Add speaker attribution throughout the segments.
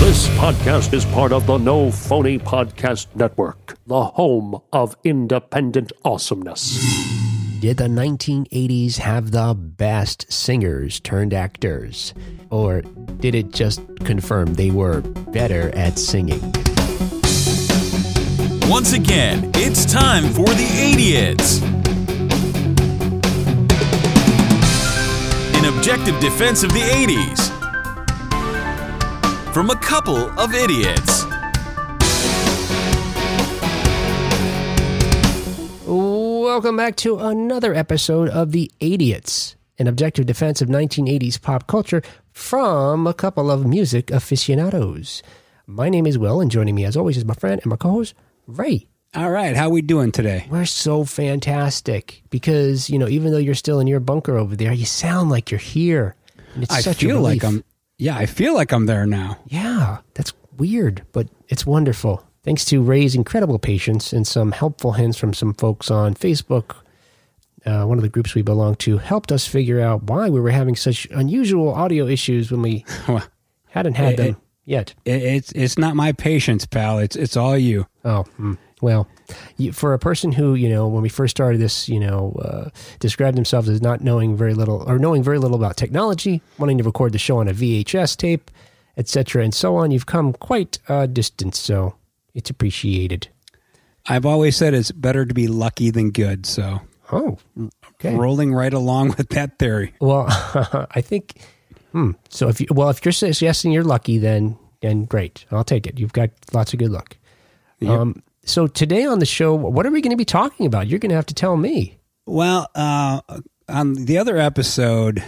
Speaker 1: This podcast is part of the No Phony Podcast Network, the home of independent awesomeness.
Speaker 2: Did the 1980s have the best singers turned actors? Or did it just confirm they were better at singing?
Speaker 3: Once again, it's time for the idiots. An objective defense of the 80s from a couple of idiots.
Speaker 2: Welcome back to another episode of The Idiots, an objective defense of 1980s pop culture from a couple of music aficionados. My name is Will, and joining me as always is my friend and my co host, Ray.
Speaker 4: All right, how we doing today?
Speaker 2: We're so fantastic because, you know, even though you're still in your bunker over there, you sound like you're here. And it's
Speaker 4: I
Speaker 2: such a
Speaker 4: feel like
Speaker 2: relief.
Speaker 4: I'm. Yeah, I feel like I'm there now.
Speaker 2: Yeah, that's weird, but it's wonderful. Thanks to Ray's incredible patience and some helpful hints from some folks on Facebook, uh, one of the groups we belong to helped us figure out why we were having such unusual audio issues when we
Speaker 4: Well,
Speaker 2: hadn't had
Speaker 4: It-
Speaker 2: them
Speaker 4: it-
Speaker 2: yet.
Speaker 4: It, it's it's not my patience, pal. It's it's all you.
Speaker 2: Oh, hmm. well, you, for a person who you know, when we first started this, you know, uh, described themselves as not knowing very little or knowing very little about technology, wanting to record the show on a VHS tape, etc., and so on, you've come quite a distance. So it's appreciated.
Speaker 4: I've always said it's better to be lucky than good. So
Speaker 2: Oh, okay.
Speaker 4: rolling right along with that theory.
Speaker 2: Well, I think. Hmm. So if you well, if you're suggesting you're lucky, then then great, I'll take it. You've got lots of good luck. Um. So today on the show, what are we going to be talking about? You're going to have to tell me.
Speaker 4: Well, uh, on the other episode,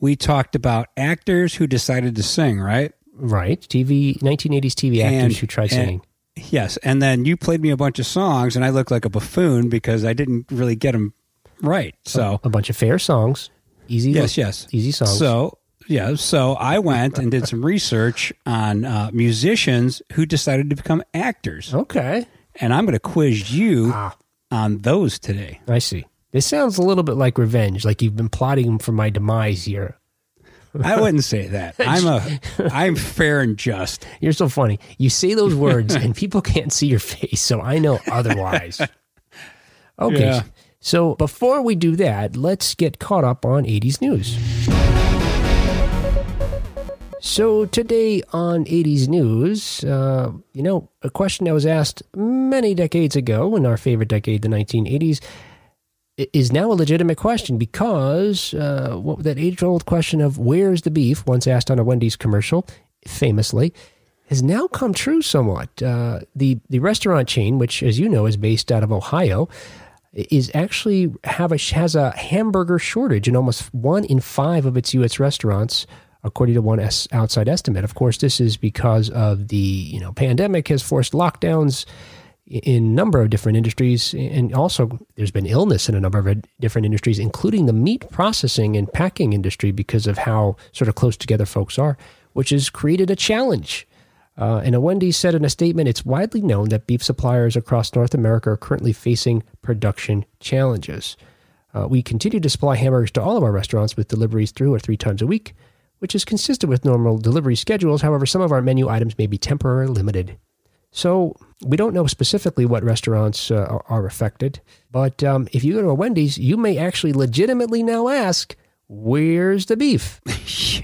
Speaker 4: we talked about actors who decided to sing, right?
Speaker 2: Right. TV 1980s TV actors who tried
Speaker 4: and-
Speaker 2: singing.
Speaker 4: Yes, and then you played me a bunch of songs, and I looked like a buffoon because I didn't really get them right. So
Speaker 2: A bunch of fair songs. Easy.
Speaker 4: oh. Yes, yes.
Speaker 2: Easy songs.
Speaker 4: So yeah, so I went and did some research on uh, musicians who decided to become actors,
Speaker 2: okay.
Speaker 4: and I'm going to quiz you on those today.
Speaker 2: I see. This sounds a little bit like revenge, like you've been plotting for my demise here.
Speaker 4: I wouldn't say that I'm a I'm fair and just.
Speaker 2: You're so funny. You say those words and people can't see your face, so I know otherwise. Okay.
Speaker 4: Yeah.
Speaker 2: So before we do that, let's get caught up on 80s news. So today on 80s news, uh, you know, a question that was asked many decades ago in our favorite decade, the 1980s, i- is now a legitimate question because uh, what, that age-old question of "Where's the beef?" once asked on a Wendy's commercial, famously, has now come true somewhat. Uh, the the restaurant chain, which as you know is based out of Ohio, i- is actually have a has a hamburger shortage in almost one in five of its U.S. restaurants. According to one es- outside estimate, of course, this is because of the you know pandemic has forced lockdowns in a number of different industries and also there's been illness in a number of different industries including the meat processing and packing industry because of how sort of close together folks are which has created a challenge uh, and a wendy's said in a statement it's widely known that beef suppliers across north america are currently facing production challenges uh, we continue to supply hamburgers to all of our restaurants with deliveries through or three times a week which is consistent with normal delivery schedules however some of our menu items may be temporarily limited so we don't know specifically what restaurants uh, are- are affected, but um, if you go to a Wendy's, you may actually legitimately now ask, "Where's the beef?"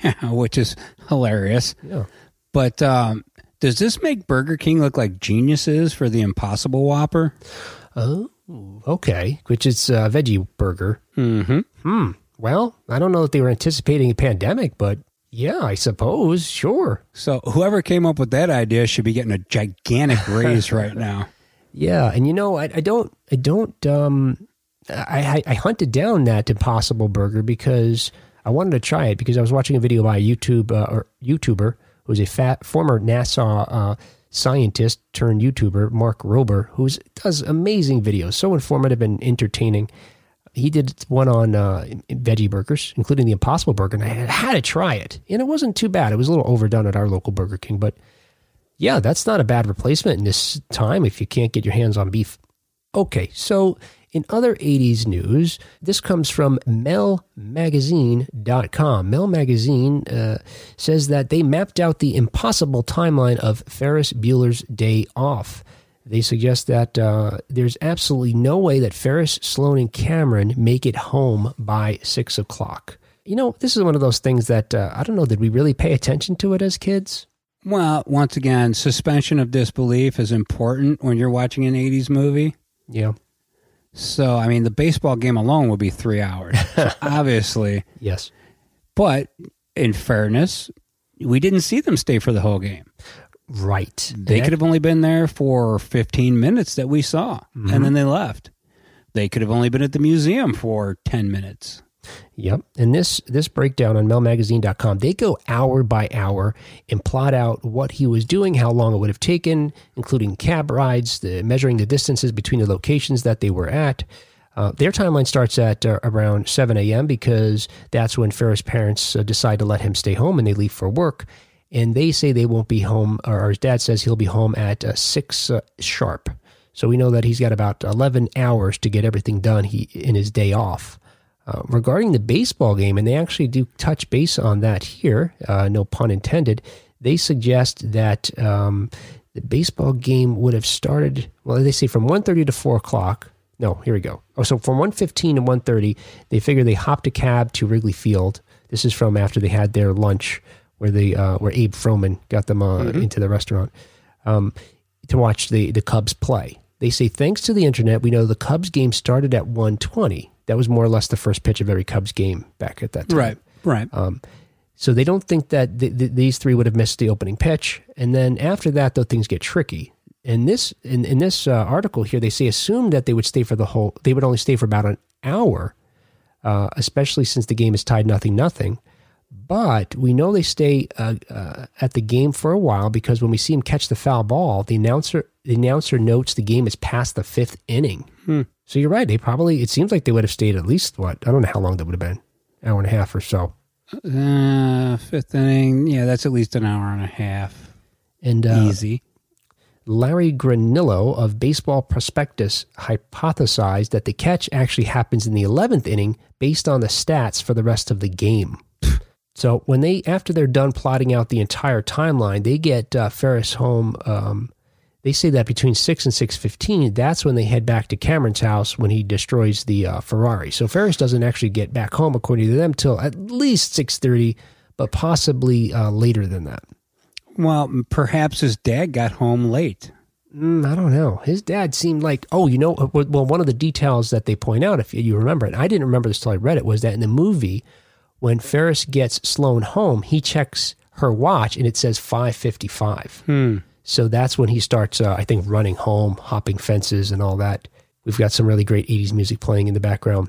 Speaker 4: Yeah, which is hilarious.
Speaker 2: Yeah.
Speaker 4: But um, does this make Burger King look like geniuses for the Impossible Whopper?
Speaker 2: oh, okay, which is a veggie burger. Hmm,
Speaker 4: Mm-hmm.
Speaker 2: Well, I don't know that they were anticipating a pandemic, but yeah, I suppose, sure.
Speaker 4: So whoever came up with that idea should be getting a gigantic raise right now.
Speaker 2: Yeah, and you know, I, I don't, I don't, um, I, I I hunted down that Impossible Burger because I wanted to try it because I was watching a video by a YouTube uh, or YouTuber who's a fat, former NASA uh, scientist turned YouTuber, Mark Rober, who does amazing videos, so informative and entertaining. He did one on uh, veggie burgers, including the Impossible Burger, and I had to try it, and it wasn't too bad. It was a little overdone at our local Burger King, but yeah, that's not a bad replacement in this time if you can't get your hands on beef. Okay, so In other 80s news, this comes from melmagazine.com. Mel Magazine uh, says that they mapped out the impossible timeline of Ferris Bueller's Day Off. They suggest that uh, there's absolutely no way that Ferris, Sloan, and Cameron make it home by six o'clock. You know, this is one of those things that uh, I don't know. Did we really pay attention to it as kids?
Speaker 4: Well, once again, suspension of disbelief is important when you're watching an 80s movie.
Speaker 2: Yeah.
Speaker 4: So, I mean, the baseball game alone would be three hours, so obviously.
Speaker 2: Yes.
Speaker 4: But in fairness, we didn't see them stay for the whole game.
Speaker 2: Right.
Speaker 4: They could have only been there for 15 minutes that we saw, and then they left. They could have only been at the museum for 10 minutes.
Speaker 2: Yep. And this this breakdown on melmagazine.com, they go hour by hour and plot out what he was doing, how long it would have taken, including cab rides, the measuring the distances between the locations that they were at. Uh, their timeline starts at uh, around 7 a.m. because that's when Ferris' parents uh, decide to let him stay home and they leave for work. And they say they won't be home, or or his dad says he'll be home at uh, 6 uh, sharp. So we know that he's got about 11 hours to get everything done he, in his day off. Uh, regarding the baseball game, and they actually do touch base on that here, uh, no pun intended, they suggest that um, the baseball game would have started, well, they say from 1.30 to 4 o'clock. No, here we go. Oh, so from 1.15 to 1.30, they figure they hopped a cab to Wrigley Field. This is from after they had their lunch where they, uh, where Abe Froman got them uh, into the restaurant to watch the, the Cubs play. They say thanks to the internet, we know the Cubs game started at 120. That was more or less the first pitch of every Cubs game back at that time.
Speaker 4: right.
Speaker 2: So they don't think that th- th- these three would have missed the opening pitch. And then after that, though, things get tricky. In this in, in this uh, article here, they say assume that they would stay for the whole. They would only stay for about an hour, uh, especially since the game is tied nothing nothing. But we know they stay uh, uh, at the game for a while because when we see him catch the foul ball, the announcer the announcer notes the game is past the fifth inning. So you're right. They probably it seems like they would have stayed at least what I don't know how long that would have been, hour and a half or so.
Speaker 4: Uh, fifth inning. Yeah, that's at least an hour and a half.
Speaker 2: And uh,
Speaker 4: Easy.
Speaker 2: Larry Granillo of Baseball Prospectus hypothesized that the catch actually happens in the 11th inning based on the stats for the rest of the game. so when they after they're done plotting out the entire timeline, they get uh, Ferris home. Um, they say that between six and six fifteen, that's when they head back to Cameron's house when he destroys the uh, Ferrari. So Ferris doesn't actually get back home according to them till at least six thirty, but possibly uh, later than that.
Speaker 4: Well, m- perhaps his dad got home late.
Speaker 2: Mm, I don't know. His dad seemed like, oh, you know, well, well, one of the details that they point out, if you remember, and I didn't remember this till I read it, was that in the movie, when Ferris gets Sloan home, he checks her watch and it says 555. So that's when he starts, uh, I think, running home, hopping fences and all that. We've got some really great 80s music playing in the background.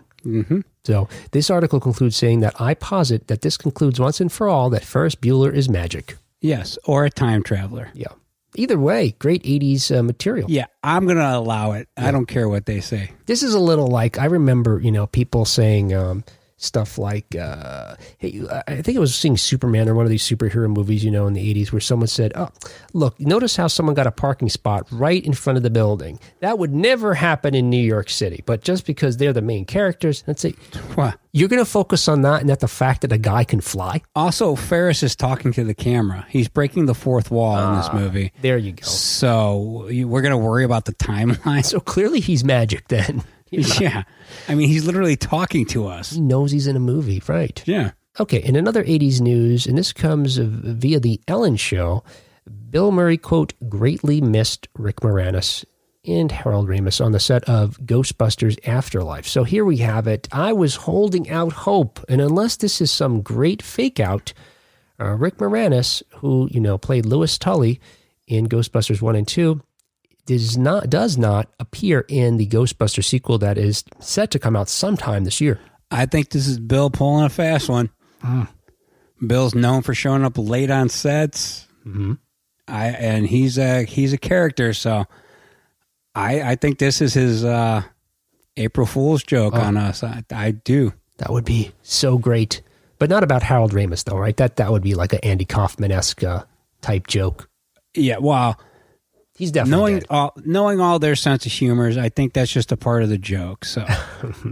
Speaker 2: So this article concludes saying that I posit that this concludes once and for all that Ferris Bueller is magic.
Speaker 4: Yes, or a time traveler.
Speaker 2: Yeah. Either way, great 80s uh, material.
Speaker 4: Yeah, I'm going to allow it. I don't care what they say.
Speaker 2: this is a little like I remember, you know, people saying um, stuff like, uh, "Hey, I- I think I was seeing Superman or one of these superhero movies, you know, in the '80s, where someone said, "Oh, look, notice how someone got a parking spot right in front of the building. That would never happen in New York City, but just because they're the main characters, that's it.
Speaker 4: What?
Speaker 2: You're going to focus on that and that the fact that a guy can fly.
Speaker 4: Also, Ferris is talking to the camera. He's breaking the fourth wall in this movie.
Speaker 2: There you go.
Speaker 4: So you- we're going to worry about the timeline.
Speaker 2: So clearly, he's magic. Then
Speaker 4: yeah. I mean, he's literally talking to us.
Speaker 2: he knows he's in a movie, right?
Speaker 4: Yeah.
Speaker 2: Okay, in another 80s news, and this comes of- via The Ellen Show, Bill Murray, quote, greatly missed Rick Moranis and Harold Ramis on the set of Ghostbusters Afterlife. So here we have it. I was holding out hope, and unless this is some great fake out, uh, Rick Moranis, who, you know, played Lewis Tully in Ghostbusters 1 and 2, does not does not appear in the Ghostbuster sequel that is set to come out sometime this year.
Speaker 4: I think this is Bill pulling a fast one.
Speaker 2: Hmm.
Speaker 4: Bill's known for showing up late on sets.
Speaker 2: Mm-hmm.
Speaker 4: I and he's a he's a character, so I I think this is his uh, April Fool's joke
Speaker 2: Oh.
Speaker 4: on us. I, I do.
Speaker 2: That would be so great. But not about Harold Ramis, though, right? That that would be like an Andy Kaufman esque uh, type joke.
Speaker 4: Yeah, well,
Speaker 2: He's definitely
Speaker 4: knowing
Speaker 2: dead.
Speaker 4: all knowing all their sense of humors, I think that's just a part of the joke. So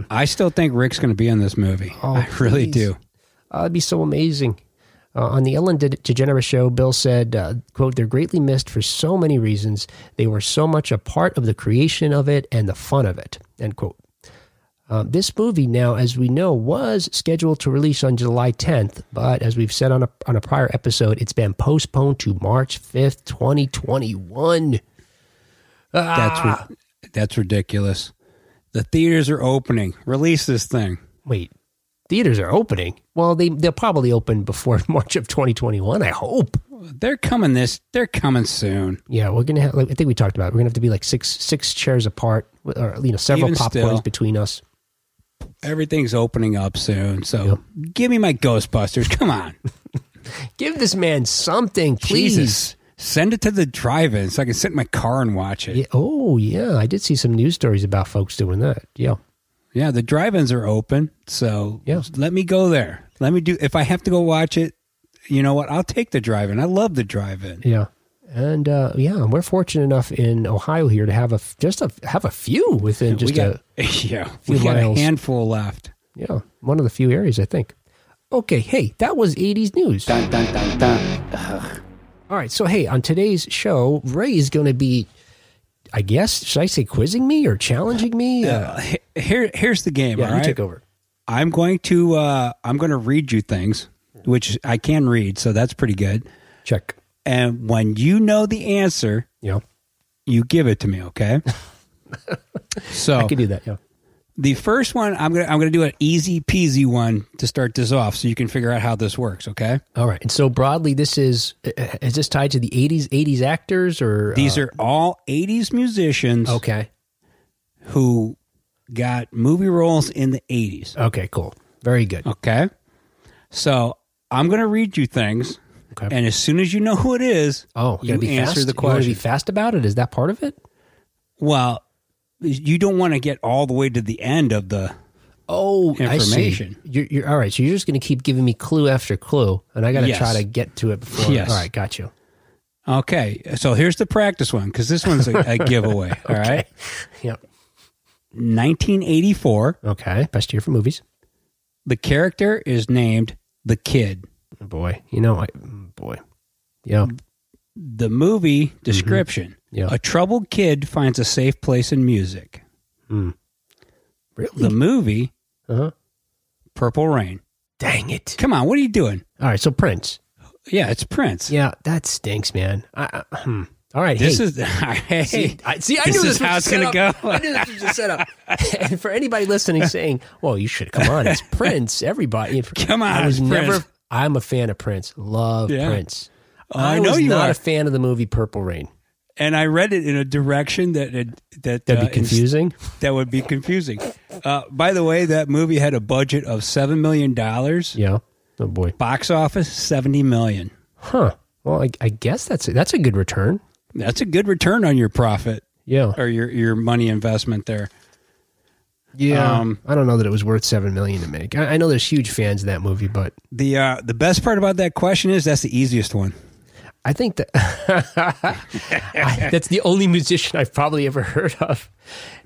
Speaker 4: I still think Rick's going to be in this movie.
Speaker 2: Oh,
Speaker 4: I really
Speaker 2: please.
Speaker 4: do.
Speaker 2: Uh, that'd be so amazing. Uh, on the Ellen De- DeGeneres show, Bill said, uh, quote, they're greatly missed for so many reasons. They were so much a part of the creation of it and the fun of it, end quote. Uh, this movie now, as we know, was scheduled to release on July 10th, but as we've said on a, on a prior episode, it's been postponed to March 5th, 2021.
Speaker 4: That's ri-
Speaker 2: Ah.
Speaker 4: that's ridiculous. The theaters are opening. Release this thing.
Speaker 2: Wait, theaters are opening? Well, they, they'll probably open before March of 2021, I hope.
Speaker 4: They're coming this. They're coming soon.
Speaker 2: Yeah, we're gonna have. Like, I think we talked about. It. We're gonna have to be like six six chairs apart, with- or you know, several
Speaker 4: Even
Speaker 2: popcorns
Speaker 4: still.
Speaker 2: between us.
Speaker 4: Everything's opening up soon. So give me my Ghostbusters. Come on,
Speaker 2: Give this man something, please.
Speaker 4: Jesus. Send it to the drive-in so I can sit in my car and watch it.
Speaker 2: Yeah, oh yeah, I did see some news stories about folks doing that. Yeah,
Speaker 4: Yeah, the drive-ins are open, so
Speaker 2: Yeah.
Speaker 4: let me go there. Let me do if I have to go watch it. You know what? I'll take the drive-in. I love the drive-in.
Speaker 2: yeah, and uh, yeah, we're fortunate enough in Ohio here to have a f- just a have a few within just
Speaker 4: we got,
Speaker 2: a
Speaker 4: yeah,
Speaker 2: few
Speaker 4: we got a
Speaker 2: miles.
Speaker 4: handful left.
Speaker 2: yeah one of the few areas I think. Okay, hey, that was '80s news. All right, so hey, on today's show, Ray is going to be, I guess, should I say quizzing me or challenging me? Uh,
Speaker 4: Uh, he- here, here's the game.
Speaker 2: Yeah,
Speaker 4: all
Speaker 2: you
Speaker 4: right?
Speaker 2: take over.
Speaker 4: I'm going to uh, I'm going to read you things, which I can read, so that's pretty good.
Speaker 2: Check.
Speaker 4: And when you know the answer,
Speaker 2: Yeah,
Speaker 4: you give it to me. Okay. so
Speaker 2: I could do that. Yeah.
Speaker 4: The first one, I'm gonna I'm gonna do an easy peasy one to start this off, so you can figure out how this works. Okay,
Speaker 2: All right. And so broadly, this is uh, is this tied to the '80s '80s actors or uh,
Speaker 4: these are all '80s musicians
Speaker 2: okay?
Speaker 4: who got movie roles in the '80s.
Speaker 2: Okay, cool. Very good.
Speaker 4: Okay, so I'm gonna read you things,
Speaker 2: Okay.
Speaker 4: and as soon as you know who it is,
Speaker 2: Oh,
Speaker 4: you
Speaker 2: gotta be
Speaker 4: answer
Speaker 2: fast?
Speaker 4: the
Speaker 2: You wanna
Speaker 4: question.
Speaker 2: be fast about it. Is that part of it?
Speaker 4: well, you don't want to get all the way to the end of the.
Speaker 2: Oh,
Speaker 4: Information.
Speaker 2: I see. You're, you're all right. So you're just going to keep giving me clue after clue, and I got to
Speaker 4: Yes.
Speaker 2: try to get to it before.
Speaker 4: Yes.
Speaker 2: All right, got you.
Speaker 4: Okay, so here's the practice one because this one's a, a giveaway. All right,
Speaker 2: Yep.
Speaker 4: 1984.
Speaker 2: Okay. Best year for movies.
Speaker 4: The character is named the Kid.
Speaker 2: Oh, boy, you know, I, mm, boy. Yeah.
Speaker 4: the movie description
Speaker 2: Mm-hmm. Yeah.
Speaker 4: a troubled kid finds a safe place in music
Speaker 2: Hmm. Really?
Speaker 4: the movie
Speaker 2: Uh-huh.
Speaker 4: purple rain
Speaker 2: Dang it.
Speaker 4: come on what are you doing
Speaker 2: All right. So Prince.
Speaker 4: yeah it's prince
Speaker 2: Yeah, that stinks, man. I, I, hmm. All right,
Speaker 4: this
Speaker 2: hey,
Speaker 4: is hey
Speaker 2: see, I, see, I
Speaker 4: this
Speaker 2: knew
Speaker 4: is
Speaker 2: this was
Speaker 4: how
Speaker 2: a
Speaker 4: it's gonna
Speaker 2: setup.
Speaker 4: go.
Speaker 2: I knew this was a setup. and for anybody listening, saying, "Well, you should come on," it's Prince. Everybody,
Speaker 4: Come on,
Speaker 2: I was
Speaker 4: it's
Speaker 2: never.
Speaker 4: Prince.
Speaker 2: I'm a fan of Prince. Love
Speaker 4: Yeah.
Speaker 2: Prince.
Speaker 4: oh, I know
Speaker 2: was
Speaker 4: you
Speaker 2: not
Speaker 4: are.
Speaker 2: a fan of the movie Purple Rain.
Speaker 4: and i read it in a direction that it, that
Speaker 2: That'd
Speaker 4: uh,
Speaker 2: be confusing.
Speaker 4: ins- that would be confusing uh, by the way that movie had a budget of 7 million dollars
Speaker 2: yeah. Oh boy.
Speaker 4: box office 70 million
Speaker 2: Huh. Well, I, I guess that's a, that's a good return.
Speaker 4: that's a good return on your profit
Speaker 2: Yeah.
Speaker 4: or your your money investment there
Speaker 2: Yeah.
Speaker 4: Um,
Speaker 2: I don't know that it was worth seven million to make. I, I know there's huge fans of that movie, but
Speaker 4: the uh, the best part about that question is that's the easiest one
Speaker 2: I think that I, that's the only musician I've probably ever heard of.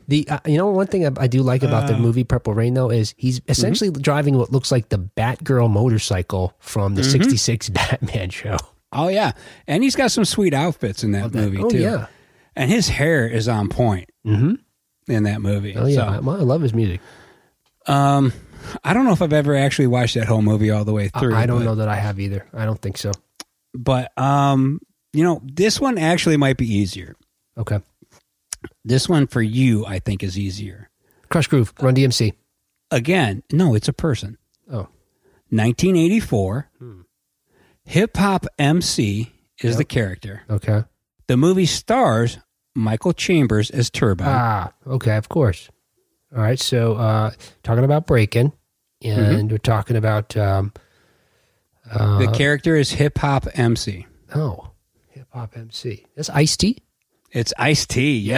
Speaker 2: The uh, you know one thing I, I do like about
Speaker 4: Uh.
Speaker 2: the movie Purple Rain though is he's
Speaker 4: Mm-hmm.
Speaker 2: essentially driving what looks like the Batgirl motorcycle from
Speaker 4: Mm-hmm.
Speaker 2: the '66 Batman show.
Speaker 4: Oh yeah, and he's got some sweet outfits in that movie
Speaker 2: oh,
Speaker 4: too.
Speaker 2: yeah. Mm-hmm.
Speaker 4: and his hair is on point in that movie.
Speaker 2: Oh yeah, I, well, I love his music.
Speaker 4: So, um, I don't know if I've ever actually watched that whole movie all the way
Speaker 2: I-
Speaker 4: through.
Speaker 2: I, don't
Speaker 4: but,
Speaker 2: know that I have either. I don't think so.
Speaker 4: but um, you know, this one actually might be easier.
Speaker 2: Okay,
Speaker 4: This one for you, I think, is easier.
Speaker 2: Crush Groove, Run DMC.
Speaker 4: Again, no, it's a person.
Speaker 2: Oh,
Speaker 4: 1984, hip hop MC is the character.
Speaker 2: okay.
Speaker 4: The movie stars Michael Chambers as Turbo.
Speaker 2: Ah, okay, of course. All right, so uh, talking about breaking, and we're talking about um,
Speaker 4: the character is hip hop MC.
Speaker 2: Oh, hip hop MC. That's Ice T.
Speaker 4: It's Ice T.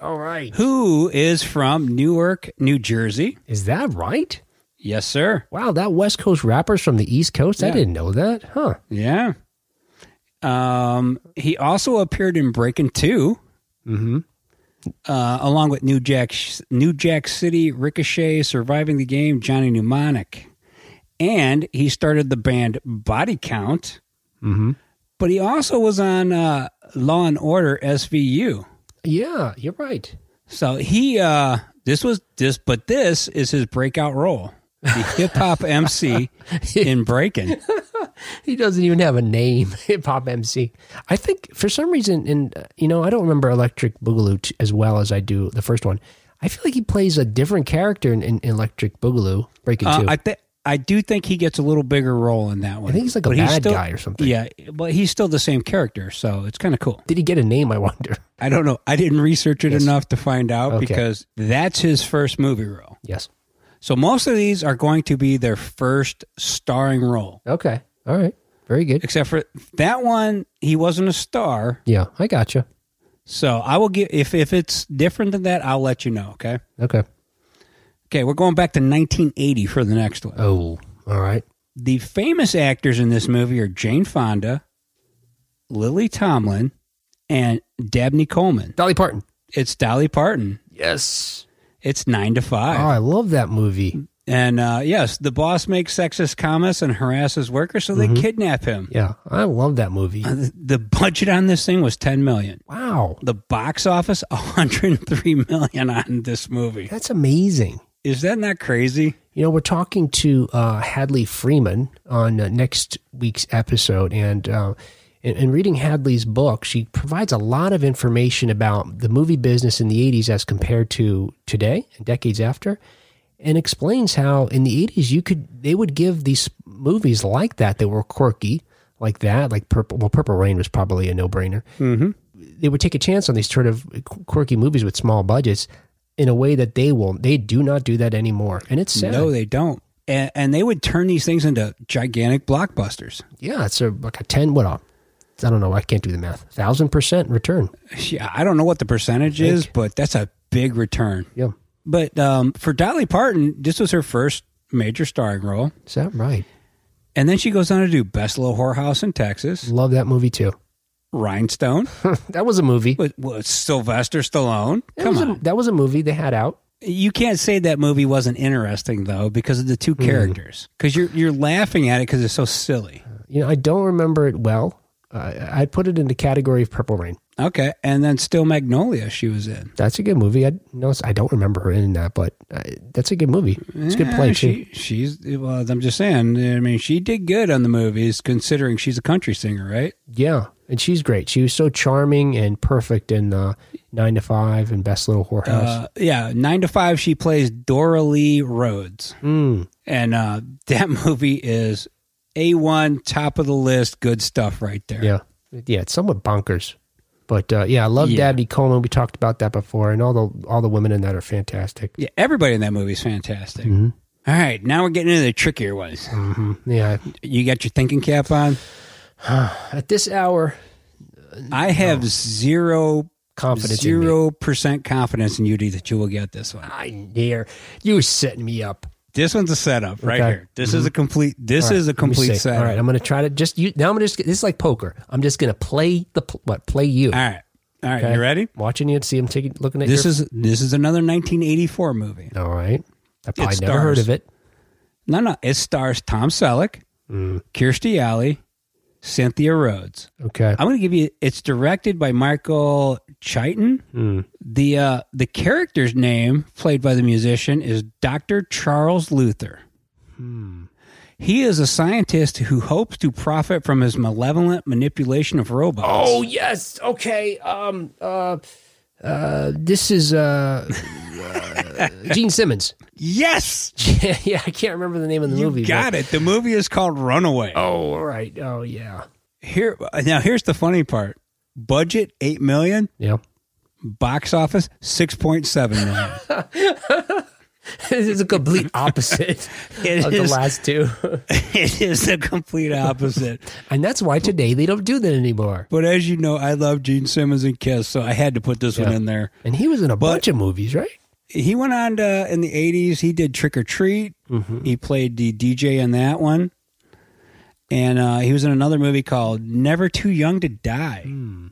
Speaker 2: All right.
Speaker 4: who is from Newark, New Jersey.
Speaker 2: Is that right?
Speaker 4: Yes, sir.
Speaker 2: Wow, that West Coast rapper's from the East Coast. I
Speaker 4: Yeah.
Speaker 2: didn't know that. Huh.
Speaker 4: Yeah. Um, he also appeared in Breaking 2 uh, along with New Jack, New Jack City, Ricochet, Surviving the Game, Johnny Mnemonic, and he started the band Body Count. But he also was on uh, Law and Order SVU.
Speaker 2: Yeah, you're right.
Speaker 4: So he uh this was this but this is his breakout role. The hip hop MC in breaking.
Speaker 2: He doesn't even have a name, hip hop MC. I think for some reason, and uh, you know, I don't remember Electric Boogaloo t- as well as I do the first one. I feel like he plays a different character in, in Electric Boogaloo, Breaking
Speaker 4: Uh,
Speaker 2: Two.
Speaker 4: I
Speaker 2: I,
Speaker 4: think I do think he gets a little bigger role in that one. I
Speaker 2: think he's like a bad guy or something.
Speaker 4: Yeah, but he's still the same character, so it's kind of cool.
Speaker 2: Did he get a name? I wonder.
Speaker 4: I don't know. I didn't research it enough to find out
Speaker 2: Okay.
Speaker 4: because that's his first movie role.
Speaker 2: Yes.
Speaker 4: So most of these are going to be their first starring role,
Speaker 2: Okay. All right. Very good.
Speaker 4: except for that one. He wasn't a star,
Speaker 2: Yeah, I gotcha.
Speaker 4: So I will get if if it's different than that, I'll let you know. Okay.
Speaker 2: Okay.
Speaker 4: Okay, we're going back to 1980 for the next one.
Speaker 2: Oh, all right.
Speaker 4: The famous actors in this movie are Jane Fonda, Lily Tomlin, and Dabney Coleman.
Speaker 2: Dolly Parton.
Speaker 4: It's Dolly Parton.
Speaker 2: Yes.
Speaker 4: It's Nine to
Speaker 2: Oh,
Speaker 4: Five.
Speaker 2: I love that movie.
Speaker 4: And uh, yes, the boss makes sexist comments and harasses workers, so they kidnap him.
Speaker 2: Yeah, I love that movie.
Speaker 4: Uh, th- The budget on this thing was 10 million.
Speaker 2: Wow,
Speaker 4: The box office 103 million on this movie.
Speaker 2: that's amazing.
Speaker 4: Is that not crazy?
Speaker 2: You know, we're talking to uh, Hadley Freeman on uh, next week's episode, and uh, in, in reading Hadley's book, she provides a lot of information about the movie business in the '80s as compared to today and decades after, and explains how in the '80s you could they would give these movies like that that were quirky like that, like Purple. Well, Purple Rain was probably a no-brainer. they would take a chance on these sort of quirky movies with small budgets in a way that they will they do not do that anymore and it's sad
Speaker 4: No, they don't. And, and they would turn these things into gigantic blockbusters.
Speaker 2: yeah it's a, like a 10 what a, i don't know i can't do the math 1000% return
Speaker 4: Yeah, I don't know what the percentage is, but that's a big return.
Speaker 2: yeah
Speaker 4: But um, for Dolly Parton, this was her first major starring role.
Speaker 2: is that right
Speaker 4: And then she goes on to do Best Little Whorehouse in Texas,
Speaker 2: love that movie too
Speaker 4: Rhinestone
Speaker 2: that was a movie
Speaker 4: with, with Sylvester Stallone.
Speaker 2: that,
Speaker 4: Come
Speaker 2: was
Speaker 4: on.
Speaker 2: A, that was a movie they had out
Speaker 4: you can't say that movie wasn't interesting, though, because of the two
Speaker 2: Hmm.
Speaker 4: characters. Because you're, you're laughing at it because it's so silly.
Speaker 2: you know i don't remember it well uh, i put it in the category of purple rain
Speaker 4: Okay. And then Still Magnolia, she was in.
Speaker 2: that's a good movie. I no, it's- I don't remember her in that, but uh, that's a good movie. It's a good
Speaker 4: Yeah,
Speaker 2: play too.
Speaker 4: She, she's well. I'm just saying. I mean, she did good on the movies, considering she's a country singer, right?
Speaker 2: Yeah, and she's great. She was so charming and perfect in uh, Nine to Five and Best Little Whorehouse.
Speaker 4: Uh, yeah. Nine to Five. She plays Dora Lee Rhodes,
Speaker 2: mm,
Speaker 4: and uh, that movie is a one, top of the list, good stuff right there.
Speaker 2: yeah, yeah, it's somewhat bonkers, but uh, yeah, I love
Speaker 4: Yeah.
Speaker 2: Dabney Coleman. We talked about that before, and all the all the women in that are fantastic.
Speaker 4: Yeah, Everybody in that movie is fantastic.
Speaker 2: Mm-hmm.
Speaker 4: All right, now we're getting into the trickier ones.
Speaker 2: Mm. Yeah,
Speaker 4: You got your thinking cap on.
Speaker 2: at this hour,
Speaker 4: I have zero
Speaker 2: confidence. in me.
Speaker 4: zero percent confidence in you that you will get this one.
Speaker 2: I here you setting me up.
Speaker 4: This one's a setup right
Speaker 2: Okay. Mm-hmm.
Speaker 4: here. This is a complete. This
Speaker 2: Let me
Speaker 4: is a
Speaker 2: see.
Speaker 4: complete setup.
Speaker 2: All right, I'm going to try to just you. Now I'm going to just. This is like poker. I'm just going to play the pl- what? Play you.
Speaker 4: All right. All right.
Speaker 2: Okay.
Speaker 4: You ready?
Speaker 2: Watching you and see him taking looking at
Speaker 4: This
Speaker 2: your-
Speaker 4: is this is another 1984 movie.
Speaker 2: all right. I probably
Speaker 4: It
Speaker 2: never heard
Speaker 4: stars-
Speaker 2: of it.
Speaker 4: No, no. It stars Tom Selleck,
Speaker 2: Mm.
Speaker 4: Kirstie Alley, Cynthia Rhodes.
Speaker 2: Okay.
Speaker 4: I'm going to give you. It's directed by Michael Chaitin.
Speaker 2: Mm.
Speaker 4: The uh, the character's name, played by the musician, is Doctor Charles Luther.
Speaker 2: Hmm.
Speaker 4: He is a scientist who hopes to profit from his malevolent manipulation of robots.
Speaker 2: Oh yes. Okay. Um. Uh. Uh. This is uh. uh, Gene Simmons.
Speaker 4: yes,
Speaker 2: yeah, I can't remember the name of the
Speaker 4: you
Speaker 2: movie.
Speaker 4: got it. The movie is called Runaway.
Speaker 2: but- Oh, all right. Oh, yeah.
Speaker 4: here now here's the funny part budget 8 million
Speaker 2: Yeah.
Speaker 4: box office 6.7 million
Speaker 2: this is a complete opposite
Speaker 4: It
Speaker 2: of
Speaker 4: is.
Speaker 2: the last two,
Speaker 4: it is the complete opposite
Speaker 2: and that's why today they don't do that anymore.
Speaker 4: but as you know i love gene simmons and kiss so i had to put this one in there
Speaker 2: And he was in a bunch of movies, right?
Speaker 4: he went on to
Speaker 2: Mm-hmm.
Speaker 4: in the 80s he did trick or treat he played the dj in that one and uh, he was in another movie called Never Too Young to Die.
Speaker 2: Hmm.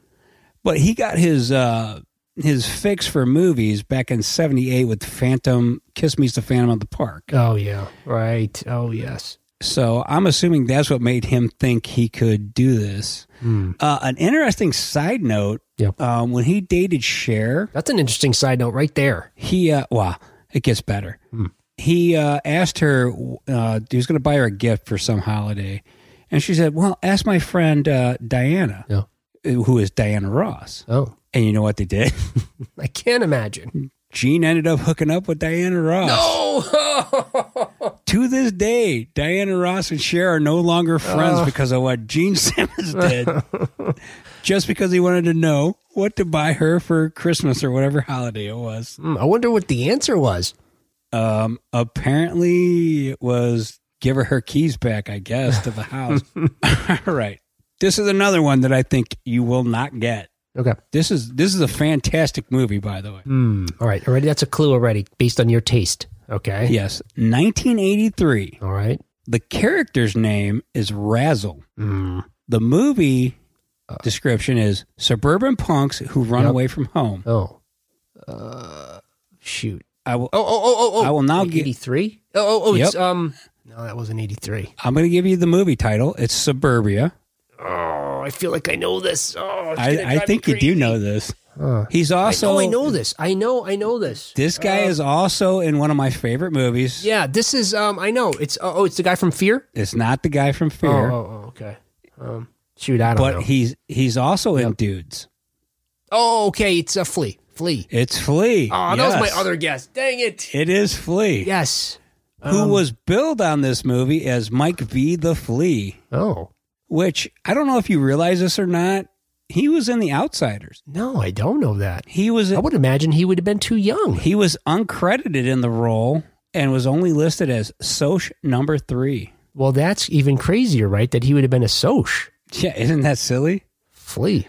Speaker 4: But he got his uh, his fix for movies back in '78 with Phantom Kiss Me's the Phantom of the Park.
Speaker 2: Oh yeah, right. Oh yes.
Speaker 4: So I'm assuming that's what made him think he could do this. Uh, an interesting side note:
Speaker 2: Hmm. Yep.
Speaker 4: um, when he dated Cher,
Speaker 2: That's an interesting side note right there.
Speaker 4: he uh wow it gets better
Speaker 2: Hmm.
Speaker 4: he uh asked her uh he was gonna buy her a gift for some holiday and she said well ask my friend uh diana
Speaker 2: Yeah.
Speaker 4: who is diana ross
Speaker 2: Oh,
Speaker 4: and you know what they did
Speaker 2: I can't imagine.
Speaker 4: gene ended up hooking up with diana ross
Speaker 2: Oh,
Speaker 4: to this day diana ross and cher are no longer friends because of what gene simmons did just because he wanted to know what to buy her for christmas or whatever holiday it was
Speaker 2: Hmm, I wonder what the answer was.
Speaker 4: Um, apparently it was give her her keys back, I guess, to the house. All right. This is another one that I think you will not get.
Speaker 2: Okay.
Speaker 4: This is this is a fantastic movie, by the way.
Speaker 2: Hmm. All right. Already, that's a clue already, based on your taste. Okay.
Speaker 4: Yes, 1983.
Speaker 2: All right.
Speaker 4: The character's name is Razzle.
Speaker 2: Hmm.
Speaker 4: The movie
Speaker 2: Uh.
Speaker 4: description is suburban punks who run away from home.
Speaker 2: Oh. Uh. Shoot.
Speaker 4: I will.
Speaker 2: Oh. Oh. Oh. Oh.
Speaker 4: I will now get-
Speaker 2: eighty three. Oh. Oh. Oh. It's
Speaker 4: Yep.
Speaker 2: um. No, that wasn't eighty three.
Speaker 4: I'm going to give you the movie title. It's Suburbia.
Speaker 2: Oh, I feel like I know this. Oh, it's gonna
Speaker 4: I, I
Speaker 2: drive me
Speaker 4: think you do
Speaker 2: crazy.
Speaker 4: know this.
Speaker 2: Huh.
Speaker 4: He's also
Speaker 2: I know, I know this. I know. I know this.
Speaker 4: This guy
Speaker 2: Uh.
Speaker 4: is also in one of my favorite movies.
Speaker 2: Yeah, this is. Um, I know. It's. Oh, oh, it's the guy from Fear.
Speaker 4: It's not the guy from
Speaker 2: Oh,
Speaker 4: Fear,
Speaker 2: oh, oh, okay. Um, shoot, I don't
Speaker 4: but
Speaker 2: know.
Speaker 4: he's he's also in Dudes.
Speaker 2: oh, okay. It's a flea. Flea.
Speaker 4: It's Flea.
Speaker 2: Oh, that was
Speaker 4: Yes.
Speaker 2: my other guess. Dang it.
Speaker 4: It is Flea,
Speaker 2: Yes.
Speaker 4: who
Speaker 2: Um.
Speaker 4: was billed on this movie as Mike V the Flea,
Speaker 2: Oh
Speaker 4: which I don't know if you realize this or not. He was in The Outsiders.
Speaker 2: no, I don't know that.
Speaker 4: He was
Speaker 2: I would imagine he would have been too young.
Speaker 4: he was uncredited in the role and was only listed as Soch number three.
Speaker 2: Well, that's even crazier, right? That he would have been a soch
Speaker 4: Yeah, isn't that silly?
Speaker 2: flea.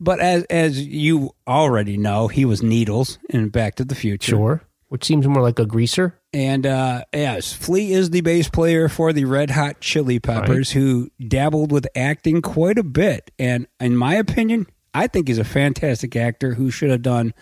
Speaker 4: But as as you already know, he was Needles in Back to the Future.
Speaker 2: Sure. Which seems more like a greaser.
Speaker 4: And uh, yes, Flea is the bass player for the Red Hot Chili Peppers, who dabbled with acting quite a bit. And in my opinion, I think he's a fantastic actor who should have done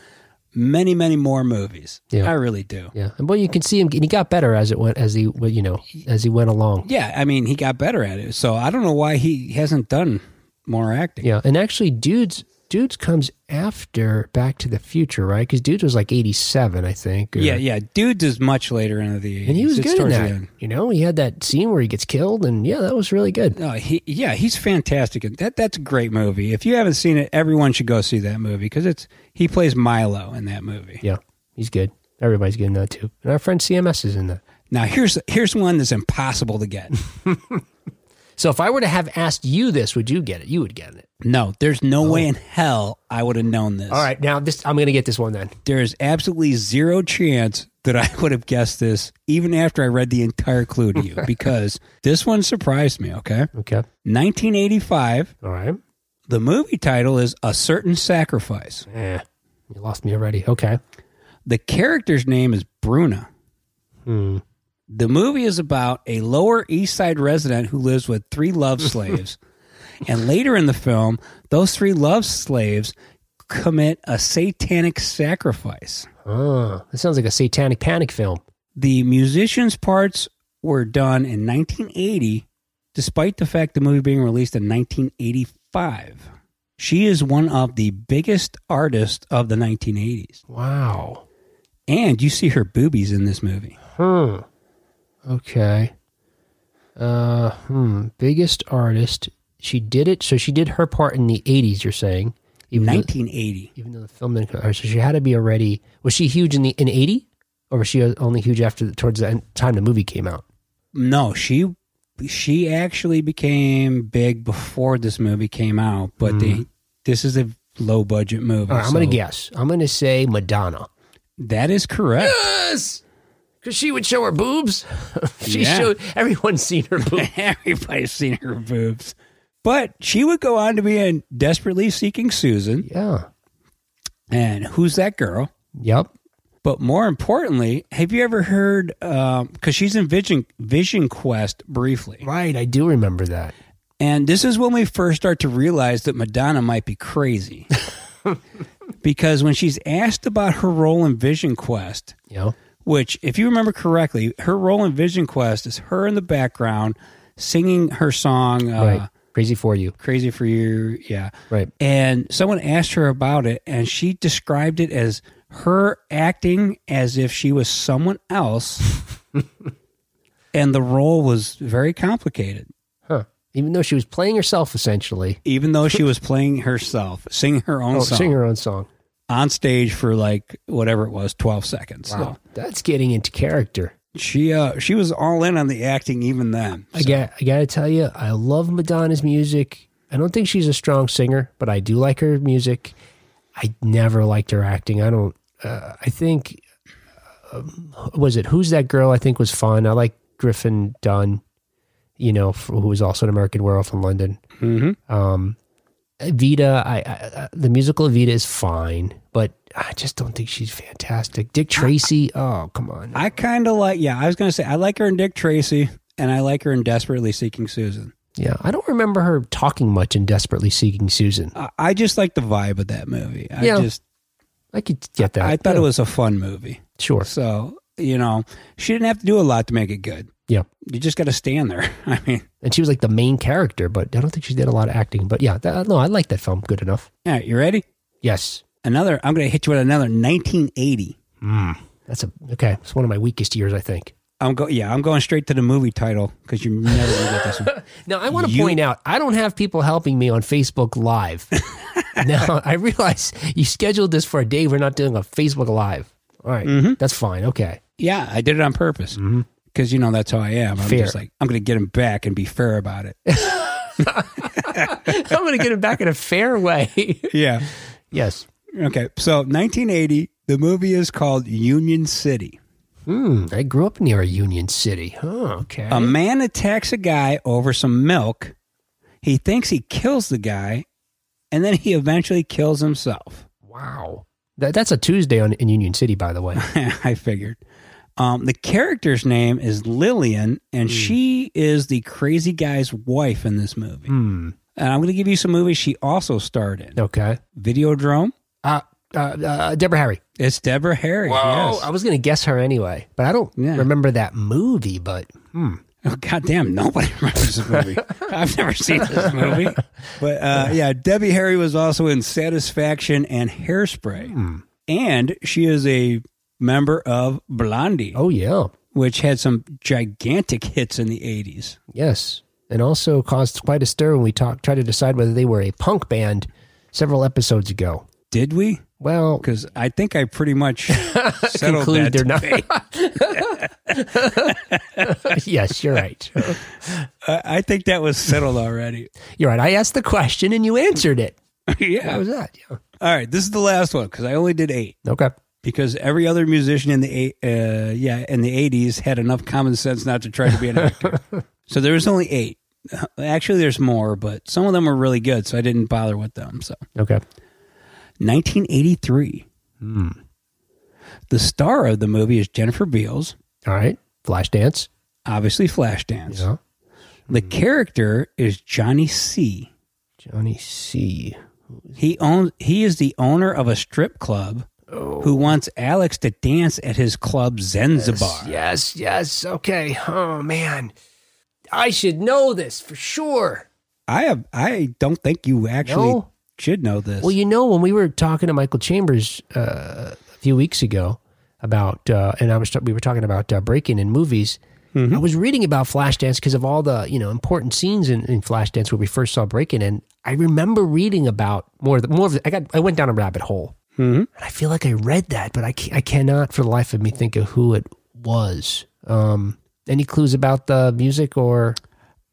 Speaker 4: many, many more movies.
Speaker 2: Yeah.
Speaker 4: I really do.
Speaker 2: Yeah. And well, you can see him. And he got better as it went, as he, well, you know, as he went along.
Speaker 4: Yeah, I mean, he got better at it. So I don't know why he hasn't done more acting.
Speaker 2: Yeah, and actually, dudes, dudes comes after Back to the Future, right? Because dudes was like eighty seven, I think. or-
Speaker 4: Yeah, yeah. Dudes is much later into the 80s.
Speaker 2: and he was
Speaker 4: It's
Speaker 2: good in
Speaker 4: towards the
Speaker 2: that.
Speaker 4: end.
Speaker 2: You know, he had that scene where he gets killed, and yeah, that was really good.
Speaker 4: No, he yeah, he's fantastic. And That that's a great movie. If you haven't seen it, everyone should go see that movie because it's he plays Milo in that movie.
Speaker 2: Yeah, he's good. Everybody's good in that too, and our friend CMS is in that.
Speaker 4: Now here's here's one that's impossible to get.
Speaker 2: So if I were to have asked you this, would you get it? You would get it.
Speaker 4: No, there's no way in hell I would have known this.
Speaker 2: All right, now this I'm going to get this one then.
Speaker 4: There is absolutely zero chance that I would have guessed this even after I read the entire clue to you because this one surprised me, okay?
Speaker 2: Okay.
Speaker 4: 1985,
Speaker 2: All right.
Speaker 4: the movie title is A Certain Sacrifice.
Speaker 2: Eh, you lost me already. Okay.
Speaker 4: The character's name is Bruna.
Speaker 2: Hmm.
Speaker 4: The movie is about a Lower East Side resident who lives with three love slaves. and later in the film, those three love slaves commit a satanic sacrifice.
Speaker 2: Oh, that sounds like a satanic panic film.
Speaker 4: The musicians' parts were done in 1980, despite the fact the movie being released in 1985. She is one of the biggest artists of the 1980s.
Speaker 2: Wow.
Speaker 4: And you see her boobies in this movie.
Speaker 2: Hmm. Okay. Uh, hmm. Biggest artist. She did it. So she did her part in the '80s. You're saying, even though,
Speaker 4: 1980.
Speaker 2: even though the film didn't. come- all right, So she had to be already. Was she huge in the in '80, or was she only huge after the, towards the end, time the movie came out?
Speaker 4: No, she she actually became big before this movie came out, but they this is a low budget movie.
Speaker 2: Mm-hmm. All right, I'm gonna
Speaker 4: so
Speaker 2: guess. I'm gonna say Madonna.
Speaker 4: that is correct.
Speaker 2: Yes, because she would show her boobs. she
Speaker 4: Yeah.
Speaker 2: showed everyone's seen her boobs.
Speaker 4: Everybody's seen her boobs. But she would go on to be in Desperately Seeking Susan.
Speaker 2: yeah.
Speaker 4: And who's that girl?
Speaker 2: Yep.
Speaker 4: But more importantly, have you ever heard? Because she's in Vision Vision Quest briefly,
Speaker 2: Right, I do remember that.
Speaker 4: and this is when we first start to realize that Madonna might be crazy, because when she's asked about her role in Vision Quest,
Speaker 2: You know,
Speaker 4: which, if you remember correctly, her role in Vision Quest is her in the background singing her song uh,
Speaker 2: right? Crazy for you,
Speaker 4: "Crazy for You." Yeah,
Speaker 2: right?
Speaker 4: and someone asked her about it and she described it as her acting as if she was someone else and the role was very complicated
Speaker 2: Huh? Even though she was playing herself essentially,
Speaker 4: even though she was playing herself singing her own
Speaker 2: oh,
Speaker 4: song
Speaker 2: sing her own song.
Speaker 4: on stage for like whatever it was 12 seconds
Speaker 2: Wow, that's getting into character.
Speaker 4: so she uh she was all in on the acting even then
Speaker 2: I got, I gotta tell you, I love Madonna's music. I don't think she's a strong singer, but I do like her music. I never liked her acting. I don't. Uh, I think um, was it who's that girl? I think was fun. I like Griffin Dunn, you know, f who was also an American Werewolf from London.
Speaker 4: Mhm.
Speaker 2: Um, Evita, I, I, I the musical Evita is fine, but I just don't think she's fantastic. Dick Tracy, oh come on,
Speaker 4: i kind of like yeah i was gonna say i like her in dick tracy and i like her in desperately seeking susan
Speaker 2: yeah, I don't remember her talking much in Desperately Seeking Susan.
Speaker 4: i, I just like the vibe of that movie i
Speaker 2: Yeah.
Speaker 4: just
Speaker 2: I could get that.
Speaker 4: I thought
Speaker 2: Yeah,
Speaker 4: it was a fun movie.
Speaker 2: sure.
Speaker 4: So, you know, she didn't have to do a lot to make it good.
Speaker 2: Yeah.
Speaker 4: You just got to stand there. I mean,
Speaker 2: And she was like the main character, but I don't think she did a lot of acting. But yeah, that, no, I like that film. Good enough.
Speaker 4: all right, you ready?
Speaker 2: Yes.
Speaker 4: Another, I'm going to hit you with another 1980.
Speaker 2: That's a okay. It's one of my weakest years, I think.
Speaker 4: I'm go, yeah, I'm going straight to the movie title because you never gonna get this one.
Speaker 2: Now I want to
Speaker 4: You-
Speaker 2: point out I don't have people helping me on Facebook Live. now I realize you scheduled this for a day we're not doing a Facebook Live. All right. that's fine. Okay,
Speaker 4: Yeah, I did it on purpose because you know that's how I am. I'm
Speaker 2: Fair.
Speaker 4: just like I'm going to get him back and be fair about it.
Speaker 2: I'm going to get it back in a fair way.
Speaker 4: yeah.
Speaker 2: yes.
Speaker 4: Okay. So 1980, the movie is called Union City.
Speaker 2: Hmm. I grew up near a Union City. Huh. Okay.
Speaker 4: A man attacks a guy over some milk. He thinks he kills the guy, and then he eventually kills himself.
Speaker 2: wow. That, that's a Tuesday on in Union City, by the way.
Speaker 4: I figured. Um, the character's name is Lillian, and
Speaker 2: Hmm.
Speaker 4: she is the crazy guy's wife in this movie.
Speaker 2: Hmm.
Speaker 4: And I'm going to give you some movies she also starred in
Speaker 2: Okay.
Speaker 4: Videodrome.
Speaker 2: Uh, uh, uh, Deborah Harry.
Speaker 4: It's Deborah Harry.
Speaker 2: Oh, I was going to guess her anyway, but I don't
Speaker 4: Yeah.
Speaker 2: remember that movie. But hmm.
Speaker 4: Oh, goddamn, nobody remembers this movie. I've never seen this movie. But uh, yeah, Debbie Harry was also in Satisfaction and Hairspray.
Speaker 2: Hmm.
Speaker 4: And she is a member of Blondie,
Speaker 2: Oh yeah,
Speaker 4: which had some gigantic hits in the 80s.
Speaker 2: yes, and also caused quite a stir when we talked tried to decide whether they were a punk band several episodes ago.
Speaker 4: Did we?
Speaker 2: Well,
Speaker 4: Because I think I pretty much settled
Speaker 2: Concluded
Speaker 4: that.
Speaker 2: they're not.
Speaker 4: debate.
Speaker 2: yes, you're right.
Speaker 4: I I think that was settled already.
Speaker 2: You're right. I asked the question and you answered it. That
Speaker 4: yeah.
Speaker 2: was that. Yeah.
Speaker 4: All right. This is the last one because I only did eight.
Speaker 2: Okay.
Speaker 4: because every other musician in the eight- uh, yeah in the eighties had enough common sense not to try to be an actor. so there was only eight. Actually, there's more, but some of them were really good, so I didn't bother with them. So
Speaker 2: Okay.
Speaker 4: 1983.
Speaker 2: Hmm.
Speaker 4: The star of the movie is Jennifer Beals,
Speaker 2: All right. Flashdance.
Speaker 4: obviously Flashdance.
Speaker 2: Yeah. Hmm.
Speaker 4: The character is Johnny C.
Speaker 2: Johnny C.
Speaker 4: He owns he is the owner of a strip club
Speaker 2: Oh.
Speaker 4: who wants Alex to dance at his club Zenzibar.
Speaker 2: Yes, yes. Okay. Oh man, I should know this for sure.
Speaker 4: I have. I don't think you actually
Speaker 2: No?
Speaker 4: should know this.
Speaker 2: Well, you know, when we were talking to Michael Chambers uh, a few weeks ago about, uh, and I was we were talking about uh, breaking in movies. I was reading about Flashdance because of all the you know important scenes in, in Flashdance where we first saw Breaking, and I remember reading about more of the, more of the, I got I went down a rabbit hole,
Speaker 4: Mhm.
Speaker 2: and I feel like I read that, but I ca- I cannot for the life of me think of who it was. Um, any clues about the music or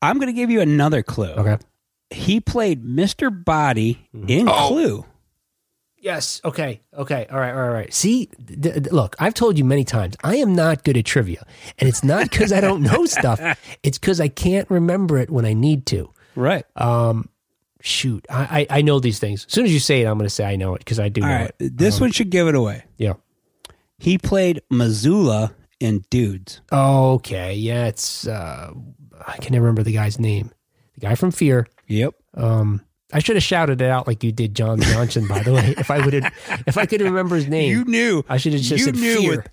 Speaker 4: I'm going to give you another clue.
Speaker 2: okay? Mm-hmm.
Speaker 4: He played Mr. Body in
Speaker 2: Oh.
Speaker 4: Clue.
Speaker 2: Yes. Okay. Okay. All right. All right. All right. See, d- d- look, I've told you many times, I am not good at trivia. And it's not because I don't know stuff, it's because I can't remember it when I need to.
Speaker 4: Right.
Speaker 2: Shoot, I, I, I know these things. As soon as you say it, I'm going to say I know it because I do
Speaker 4: All
Speaker 2: know
Speaker 4: right.
Speaker 2: it.
Speaker 4: This one should give it away.
Speaker 2: Yeah.
Speaker 4: He played Missoula in Dudes.
Speaker 2: Okay, yeah, it's uh, I can never remember the guy's name. The guy from Fear.
Speaker 4: Yep.
Speaker 2: Um, I should have shouted it out like you did, John Johnson. By the way, if I would have, if I could remember his name,
Speaker 4: You knew.
Speaker 2: I should have just
Speaker 4: you
Speaker 2: said
Speaker 4: knew
Speaker 2: Fear.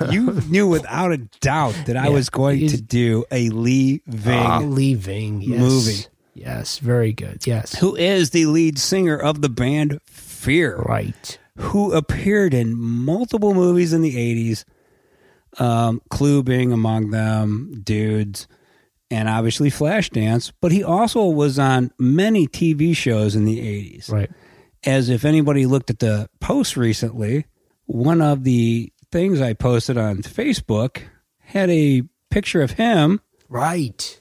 Speaker 4: With, you knew without a doubt that I was going
Speaker 2: he's-
Speaker 4: to do a Lee Ving,
Speaker 2: Ah, leaving yes.
Speaker 4: movie.
Speaker 2: Yes, very good. Yes,
Speaker 4: who is the lead singer of the band Fear.
Speaker 2: right.
Speaker 4: who appeared in multiple movies in the 80s, um, Clue being among them, Dudes, and obviously Flashdance. But he also was on many TV shows in the 80s.
Speaker 2: Right.
Speaker 4: As if anybody looked at the post recently, one of the things I posted on Facebook had a picture of him
Speaker 2: Right.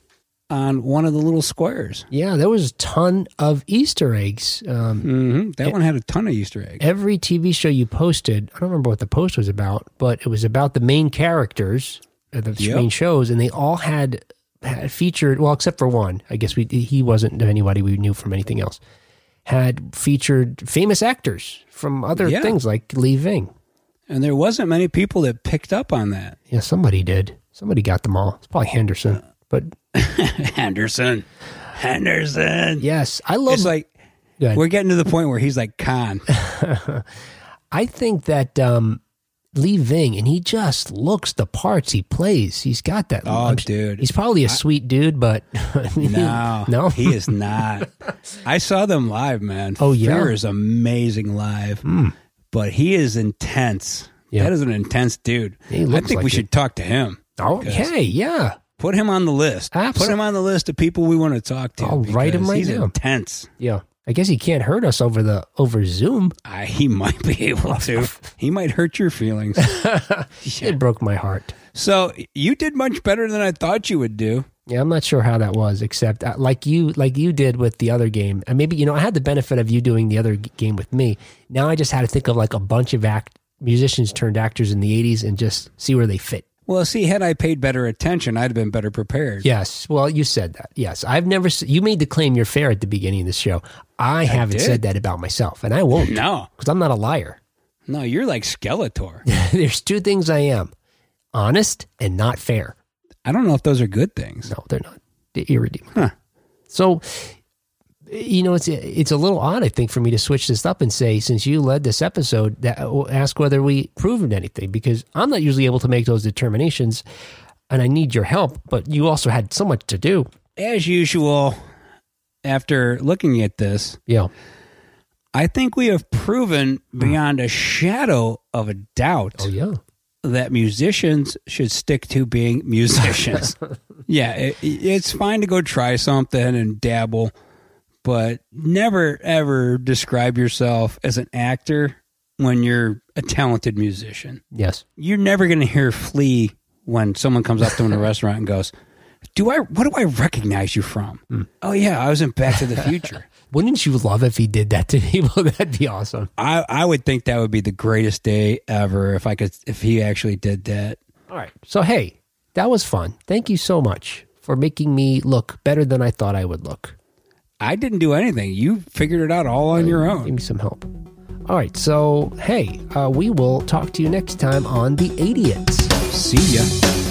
Speaker 4: on one of the little squares.
Speaker 2: Yeah, there was a ton of Easter eggs. Um,
Speaker 4: hmm That one had a ton of Easter eggs.
Speaker 2: every TV show you posted, I don't remember what the post was about, but it was about the main characters of the
Speaker 4: Yep.
Speaker 2: main shows, and they all had, had featured. Well, except for one, I guess we he wasn't anybody we knew from anything else. Had featured famous actors from other
Speaker 4: Yeah.
Speaker 2: things like Lee Ving.
Speaker 4: And there wasn't many people that picked up on that.
Speaker 2: Yeah, somebody did. Somebody got them all. It's probably Henderson. But
Speaker 4: Henderson. Henderson.
Speaker 2: yes, I love
Speaker 4: It's like
Speaker 2: Go ahead.
Speaker 4: we're getting to the point where he's like Khan.
Speaker 2: I think that um, Lee Ving, and he just looks the parts he plays. He's got that.
Speaker 4: Oh,
Speaker 2: I'm s-
Speaker 4: dude.
Speaker 2: he's probably a sweet dude, but I mean,
Speaker 4: No,
Speaker 2: no,
Speaker 4: he is not. I saw them live, man.
Speaker 2: Oh, yeah? Hmm.
Speaker 4: Fear is amazing live, but he is intense.
Speaker 2: Yeah.
Speaker 4: That is an intense dude.
Speaker 2: He
Speaker 4: I
Speaker 2: looks
Speaker 4: think
Speaker 2: like
Speaker 4: we
Speaker 2: it.
Speaker 4: should talk to him.
Speaker 2: okay, yeah,
Speaker 4: Put him on the list.
Speaker 2: Absol-
Speaker 4: Put him on the list of people we want to talk to.
Speaker 2: I'll write him
Speaker 4: because
Speaker 2: right
Speaker 4: he's
Speaker 2: now.
Speaker 4: intense.
Speaker 2: yeah. I guess he can't hurt us over the over Zoom.
Speaker 4: I, he might be able to. he might hurt your feelings.
Speaker 2: It broke my heart.
Speaker 4: so you did much better than I thought you would do.
Speaker 2: Yeah, I'm not sure how that was, except uh, like you, like you did with the other game, and maybe you know I had the benefit of you doing the other g- game with me. Now I just had to think of like a bunch of act musicians turned actors in the '80s and just see where they fit.
Speaker 4: Well, see, had I paid better attention, I'd have been better prepared.
Speaker 2: Yes. Well, you said that. Yes. I've never, s- you made the claim you're fair at the beginning of the show. I, haven't
Speaker 4: did.
Speaker 2: said that about myself, and I won't because
Speaker 4: No,
Speaker 2: I'm not a liar.
Speaker 4: no, you're like Skeletor.
Speaker 2: There's two things I am honest and not fair.
Speaker 4: I don't know if those are good things.
Speaker 2: No, they're not. They're irredeemable. So, you know, it's it's a little odd, I think, for me to switch this up and say, since you led this episode, that uh, ask whether we proved anything because I'm not usually able to make those determinations, and I need your help. But you also had so much to do.
Speaker 4: As usual, after looking at this,
Speaker 2: Yeah.
Speaker 4: I think we have proven beyond a shadow of a doubt
Speaker 2: Oh yeah.
Speaker 4: that musicians should stick to being musicians. yeah, it, it's fine to go try something and dabble, but never ever describe yourself as an actor when you're a talented musician.
Speaker 2: Yes.
Speaker 4: you're never going to hear Flea when someone comes up to him in a restaurant and goes, "Do I? What do I recognize you from?" Oh yeah, I was in Back to the Future.
Speaker 2: Wouldn't you love if he did that to people? That'd be awesome.
Speaker 4: I I would think that would be the greatest day ever if I could if he actually did that.
Speaker 2: All right. So, hey, that was fun. Thank you so much for making me look better than I thought I would look.
Speaker 4: I didn't do anything. You figured it out all on your
Speaker 2: Give
Speaker 4: own.
Speaker 2: me some help. All right. So, hey, uh, we will talk to you next time on The Idiots.
Speaker 4: See ya.